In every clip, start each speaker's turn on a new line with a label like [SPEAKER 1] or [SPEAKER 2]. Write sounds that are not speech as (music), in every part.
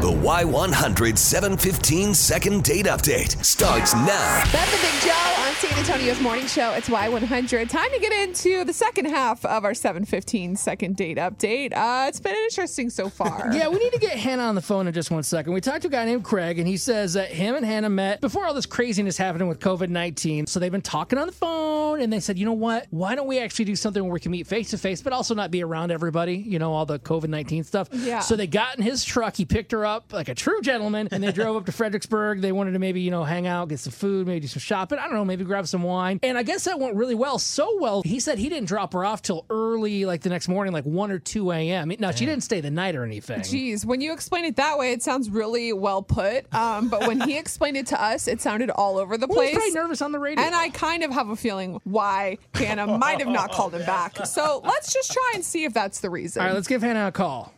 [SPEAKER 1] The Y100 715 second date update starts now.
[SPEAKER 2] Beth and Big Joe on San Antonio's morning show. It's Y100. Time to get into the second half of our 715 second date update. Uh, it's been interesting so far.
[SPEAKER 3] (laughs) Yeah, we need to get Hannah on the phone in just one second. We talked to a guy named Craig, and he says that him and Hannah met before all this craziness happening with COVID 19. So they've been talking on the phone, and they said, you know what? Why don't we actually do something where we can meet face to face, but also not be around everybody, you know, all the COVID 19 stuff?
[SPEAKER 2] Yeah.
[SPEAKER 3] So they got in his truck. He picked her up like a true gentleman, and
[SPEAKER 2] (laughs)
[SPEAKER 3] they drove up to Fredericksburg. They wanted to maybe, you know, hang out, get some food, maybe do some shopping. I don't know, maybe grab some wine. And I guess that went really well. So well, he said he didn't drop her off till early, like the next morning, like 1 or 2 a.m. Now, she didn't stay the night or anything.
[SPEAKER 2] Geez, when you explain it that way, it sounds really well put. Um, but when he (laughs) explained it to us, it sounded all over the
[SPEAKER 3] Well, he's
[SPEAKER 2] place.
[SPEAKER 3] probably nervous on the radio.
[SPEAKER 2] And I kind of have a feeling why Hannah might have not called
[SPEAKER 3] (laughs)
[SPEAKER 2] him back. So let's just try and see if that's the reason.
[SPEAKER 3] All right, let's give Hannah a call.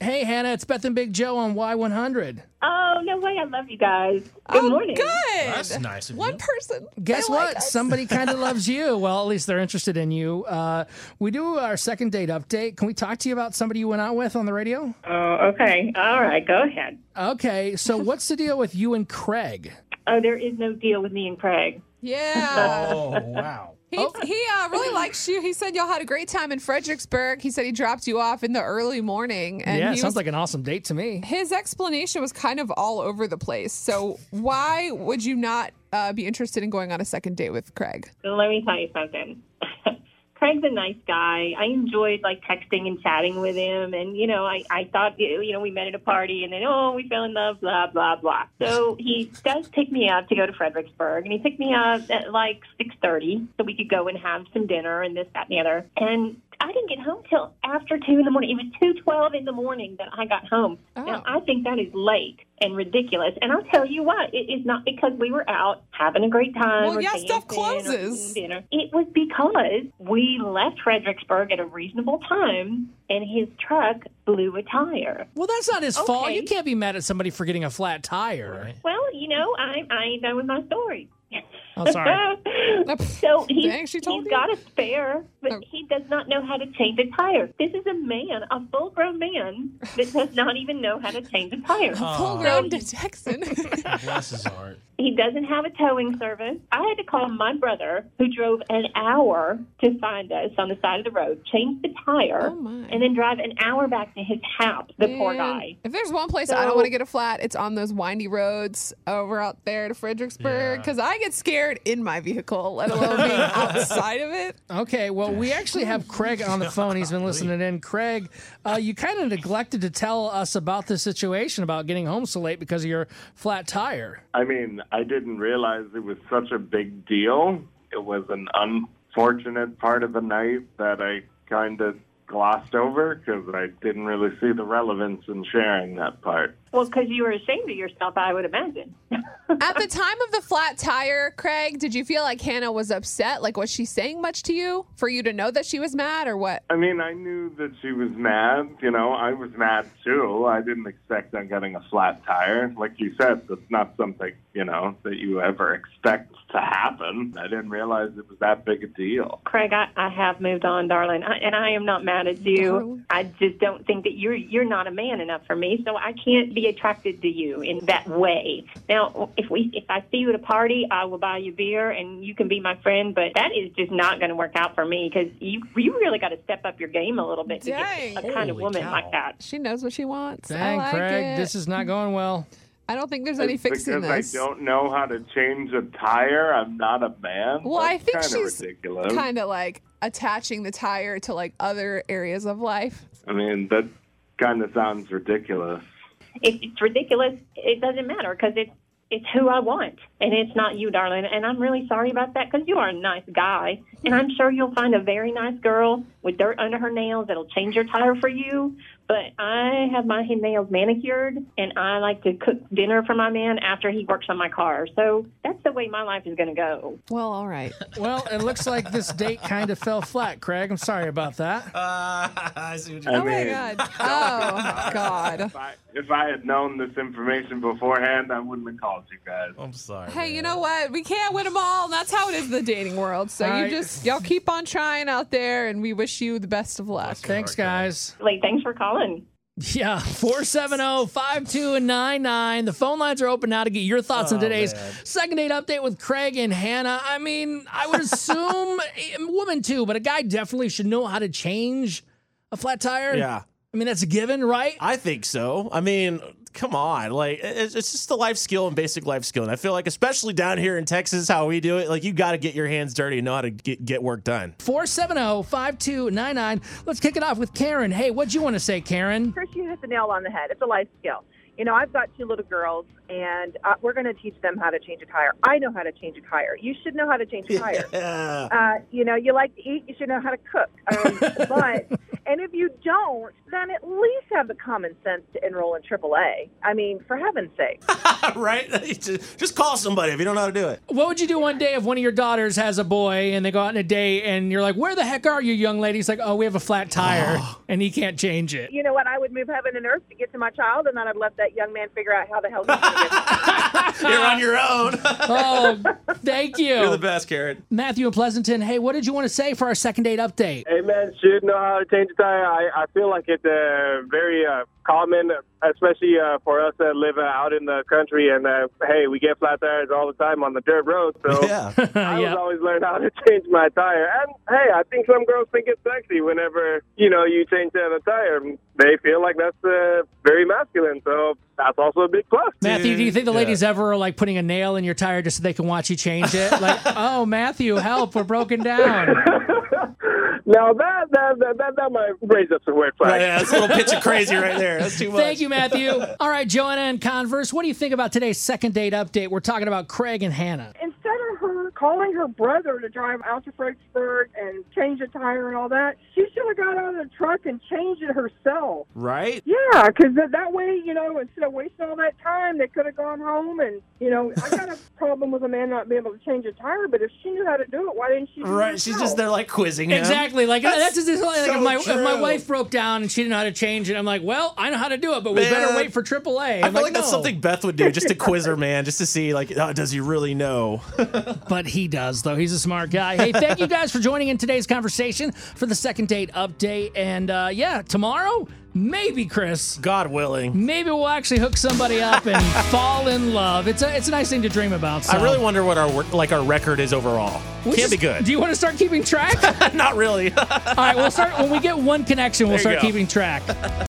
[SPEAKER 3] Hey, Hannah, it's Beth and Big Joe on Y100.
[SPEAKER 4] Oh, no way. I love you guys. Good
[SPEAKER 2] Oh,
[SPEAKER 4] morning.
[SPEAKER 2] Good.
[SPEAKER 5] That's nice of
[SPEAKER 2] One
[SPEAKER 5] you.
[SPEAKER 2] person.
[SPEAKER 3] Guess
[SPEAKER 2] They like
[SPEAKER 3] what?
[SPEAKER 2] us. (laughs)
[SPEAKER 3] Somebody kind of loves you. Well, at least they're interested in you. Uh, we do our second date update. Can we talk to you about somebody you went out with on the radio?
[SPEAKER 4] Oh, okay. All right. Go ahead.
[SPEAKER 3] Okay, so what's the deal with you and Craig?
[SPEAKER 4] Oh, there is no deal with me and Craig.
[SPEAKER 2] Yeah.
[SPEAKER 5] Oh, wow.
[SPEAKER 2] He, he uh, really likes you. He said y'all had a great time in Fredericksburg. He said he dropped you off in the early morning, and
[SPEAKER 3] yeah,
[SPEAKER 2] he
[SPEAKER 3] sounds
[SPEAKER 2] was,
[SPEAKER 3] like an awesome date to me.
[SPEAKER 2] his explanation was kind of all over the place. So why would you not uh, be interested in going on a second date with Craig?
[SPEAKER 4] So let me tell you something. (laughs) Craig's a nice guy. I enjoyed like texting and chatting with him. And, you know, I, I thought, you know, we met at a party and then, oh, we fell in love, blah, blah, blah. So he does take me out to go to Fredericksburg and he picked me up at like 6.30 so we could go and have some dinner and this, that, and the other. And I didn't get home till after 2 in the morning. It was 2.12 in the morning that I got home.
[SPEAKER 2] Oh.
[SPEAKER 4] Now, I think that is late and ridiculous. And I'll tell you what, it is not because we were out having a great time
[SPEAKER 2] Well,
[SPEAKER 4] or
[SPEAKER 2] yeah, stuff
[SPEAKER 4] dancing or
[SPEAKER 2] closes.
[SPEAKER 4] eating dinner. It was because we left Fredericksburg at a reasonable time, and his truck blew a tire.
[SPEAKER 3] Well, that's not his fault.
[SPEAKER 4] Okay.
[SPEAKER 3] You can't be mad at somebody for getting a flat tire.
[SPEAKER 5] Right.
[SPEAKER 4] Well, you know, I I know my story.
[SPEAKER 3] Oh, sorry.
[SPEAKER 4] (laughs) so he,
[SPEAKER 2] Dang, she told
[SPEAKER 4] he's
[SPEAKER 2] you?
[SPEAKER 4] got a spare, but
[SPEAKER 2] Oh.
[SPEAKER 4] he does not know how to change a tire. This is a man, a full grown man, that does not even know how to change a tire.
[SPEAKER 2] Full grown to Texan.
[SPEAKER 5] Bless his heart.
[SPEAKER 4] He doesn't have a towing service. I had to call my brother, who drove an hour to find us on the side of the road, change the tire,
[SPEAKER 2] Oh, my.
[SPEAKER 4] and then drive an hour back to his house. The (laughs)
[SPEAKER 2] (laughs)
[SPEAKER 4] poor
[SPEAKER 2] Man,
[SPEAKER 4] guy.
[SPEAKER 2] If there's one place I don't
[SPEAKER 4] So-
[SPEAKER 2] want to get a flat, it's on those windy roads over out there to
[SPEAKER 5] Yeah.
[SPEAKER 2] Fredericksburg because I get scared in my vehicle, let alone being outside of it.
[SPEAKER 3] Okay, well, we actually have Craig on
[SPEAKER 5] (laughs)
[SPEAKER 3] the phone. He's been listening in. Craig, uh, you kind of neglected to tell us about the situation about getting home so late because of your flat tire.
[SPEAKER 6] I mean, I didn't realize it was such a big deal. It was an unfortunate part of the night that I kind of glossed over because I didn't really see the relevance in sharing that part.
[SPEAKER 4] Well, because you were ashamed of yourself, I would imagine. (laughs)
[SPEAKER 2] At the time of the flat tire, Craig, did you feel like Hannah was upset? Like, was she saying much to you for you to know that she was mad or what?
[SPEAKER 6] I mean, I knew that she was mad. You know, I was mad too. I didn't expect on getting a flat tire. Like you said, that's not something, you know, that you ever expect to happen. I didn't realize it was that big a deal.
[SPEAKER 4] Craig, I, I have moved on, darling, I, and I am not mad at you.
[SPEAKER 2] Darling.
[SPEAKER 4] I just don't think that you're you're not a man enough for me, so I can't be attracted to you in that way. Now, if we if I see you at a party, I will buy you beer, and you can be my friend. But that is just not going to work out for me because you you really got to step up your game a little bit to
[SPEAKER 2] Dang.
[SPEAKER 4] get a kind of
[SPEAKER 5] Holy
[SPEAKER 4] woman
[SPEAKER 5] cow.
[SPEAKER 4] like that.
[SPEAKER 2] She knows what she wants.
[SPEAKER 3] Dang,
[SPEAKER 2] I like
[SPEAKER 3] Craig,
[SPEAKER 2] it.
[SPEAKER 3] this is not going well.
[SPEAKER 2] I don't think there's any
[SPEAKER 6] It's
[SPEAKER 2] fixing
[SPEAKER 6] because
[SPEAKER 2] this.
[SPEAKER 6] I don't know how to change a tire. I'm not a man.
[SPEAKER 2] Well, I think
[SPEAKER 6] kind
[SPEAKER 2] she's
[SPEAKER 6] of ridiculous.
[SPEAKER 2] Kind of like attaching the tire to like other areas of life.
[SPEAKER 6] I mean, that kind of sounds ridiculous.
[SPEAKER 4] If it's ridiculous, it doesn't matter because it's it's who I want, and it's not you, darling. And I'm really sorry about that because you are a nice guy, and I'm sure you'll find a very nice girl with dirt under her nails that'll change your tire for you. But I have my hand nails manicured, and I like to cook dinner for my man after he works on my car. So that's the way my life is going to go.
[SPEAKER 2] Well, all right.
[SPEAKER 3] Well, it looks like this date kind of fell flat, Craig. I'm sorry about that.
[SPEAKER 5] Uh, (laughs) I see what
[SPEAKER 6] I
[SPEAKER 5] you're
[SPEAKER 2] Oh my
[SPEAKER 6] mean, (laughs)
[SPEAKER 2] god. Oh god.
[SPEAKER 6] If I, if I had known this information beforehand, I wouldn't have called you guys.
[SPEAKER 5] I'm sorry.
[SPEAKER 2] Hey, you
[SPEAKER 5] man.
[SPEAKER 2] know what? We can't win them all. And that's how it is in the dating world. So
[SPEAKER 3] All
[SPEAKER 2] you
[SPEAKER 3] right.
[SPEAKER 2] just y'all keep on trying out there, and we wish you the best of luck.
[SPEAKER 3] Thanks, guys.
[SPEAKER 4] Like, thanks for calling.
[SPEAKER 3] Yeah, oh, 470-5299. The phone lines are open now to get your thoughts on
[SPEAKER 5] Oh,
[SPEAKER 3] today's
[SPEAKER 5] man.
[SPEAKER 3] second date update with Craig and Hannah. I mean, I would
[SPEAKER 7] (laughs)
[SPEAKER 3] assume a woman too, but a guy definitely should know how to change a flat tire.
[SPEAKER 7] Yeah.
[SPEAKER 3] I mean, that's a given, right?
[SPEAKER 7] I think so. I mean, come on. Like, it's, it's just a life skill and basic life skill. And I feel like, especially down here in Texas, how we do it, like, you got to get your hands dirty and know how to get, get work done.
[SPEAKER 3] oh, 470-5299. Let's kick it off with Karen. Hey, what'd you want to say, Karen?
[SPEAKER 8] Chris, you hit the nail on the head. It's a life skill. You know, I've got two little girls, and uh, we're going to teach them how to change a tire. I know how to change a tire. You should know how to change a tire.
[SPEAKER 7] Yeah.
[SPEAKER 8] Uh, you know, you like to eat, you should know how to cook. Um, but, and if you don't, then at least have the common sense to enroll in AAA. I mean, for heaven's sake.
[SPEAKER 7] (laughs) right? (laughs) Just just call somebody if you don't know how to do it.
[SPEAKER 3] What would you do one day if one of your daughters has a boy and they go out on a date and you're like, where the heck are you, young lady? He's like, oh, we have a flat
[SPEAKER 7] (gasps)
[SPEAKER 3] tire and he can't change it.
[SPEAKER 8] You know what? I would move heaven and earth to get to my child, and then I'd let that young man figure out how the hell he's going to get there.
[SPEAKER 7] You're on your own.
[SPEAKER 5] (laughs)
[SPEAKER 3] Oh, thank
[SPEAKER 7] You're the
[SPEAKER 3] you.
[SPEAKER 7] best, Karen.
[SPEAKER 3] Matthew in Pleasanton, hey, what did you want to say for our second date update?
[SPEAKER 9] Hey man, should know how to change a tire. I, I feel like it's uh, very uh, common, especially uh, for us that live uh, out in the country. And uh, hey, we get flat tires all the time on the dirt road.
[SPEAKER 6] (laughs)
[SPEAKER 9] So
[SPEAKER 7] Yeah. (laughs)
[SPEAKER 9] I
[SPEAKER 3] yeah.
[SPEAKER 9] was always learn how to change my tire. And hey, I think some girls think it's sexy whenever you know you change the tire. They feel like that's uh, very masculine. So that's also a big plus.
[SPEAKER 3] Matthew, do you think the
[SPEAKER 7] Yeah.
[SPEAKER 3] ladies ever are like putting a nail in your tire just so they can watch you change
[SPEAKER 7] (laughs)
[SPEAKER 3] it? Like, oh, Matthew, help, we're broken down.
[SPEAKER 9] Now that that that that, that might raise up some red
[SPEAKER 7] Right,
[SPEAKER 9] flags.
[SPEAKER 7] yeah, that's a little pitch of crazy right there. That's too much.
[SPEAKER 3] Thank you, Matthew. All right, Joanna and Converse, what do you think about today's second date update? We're talking about Craig and Hannah.
[SPEAKER 10] instead of her calling her brother to drive out to Fredericksburg and change a tire and all that, she should have got out of the truck and changed it herself.
[SPEAKER 7] Right?
[SPEAKER 10] Yeah, because that, that way, you know, instead of wasting all that time, they could have gone home and, you know, I got a (laughs) problem with a man not being able to change a tire, but if she knew how to do it, why didn't she do it
[SPEAKER 7] Right. She's just
[SPEAKER 10] herself?
[SPEAKER 7] there like quizzing him.
[SPEAKER 3] Exactly. Like that's,
[SPEAKER 7] That's
[SPEAKER 3] just it's like
[SPEAKER 7] so
[SPEAKER 3] if my if my
[SPEAKER 7] true.
[SPEAKER 3] wife broke down and she didn't know how to change it, I'm like, well, I know how to do it, but we better
[SPEAKER 7] Man.
[SPEAKER 3] wait for AAA. I'm
[SPEAKER 7] I feel like, that's
[SPEAKER 3] no.
[SPEAKER 7] something Beth would do, just to quiz her man, just to see like, oh, does he really know?
[SPEAKER 3] But he does, though. He's a smart guy. Hey, thank you guys for joining in today's conversation for the second date update. And uh, yeah, tomorrow, maybe, Chris,
[SPEAKER 7] God willing.
[SPEAKER 3] (laughs) maybe we'll actually hook somebody up
[SPEAKER 7] (laughs)
[SPEAKER 3] and fall in love. It's a, it's a nice thing to dream about. So.
[SPEAKER 7] I really wonder what our work, like our record is overall.
[SPEAKER 3] We
[SPEAKER 7] Can't
[SPEAKER 3] just-
[SPEAKER 7] be good.
[SPEAKER 3] Do you want to start keeping track?
[SPEAKER 7] (laughs) Not really.
[SPEAKER 3] All right, we'll start when we get one connection. We'll
[SPEAKER 7] There
[SPEAKER 3] start
[SPEAKER 7] you go.
[SPEAKER 3] keeping track.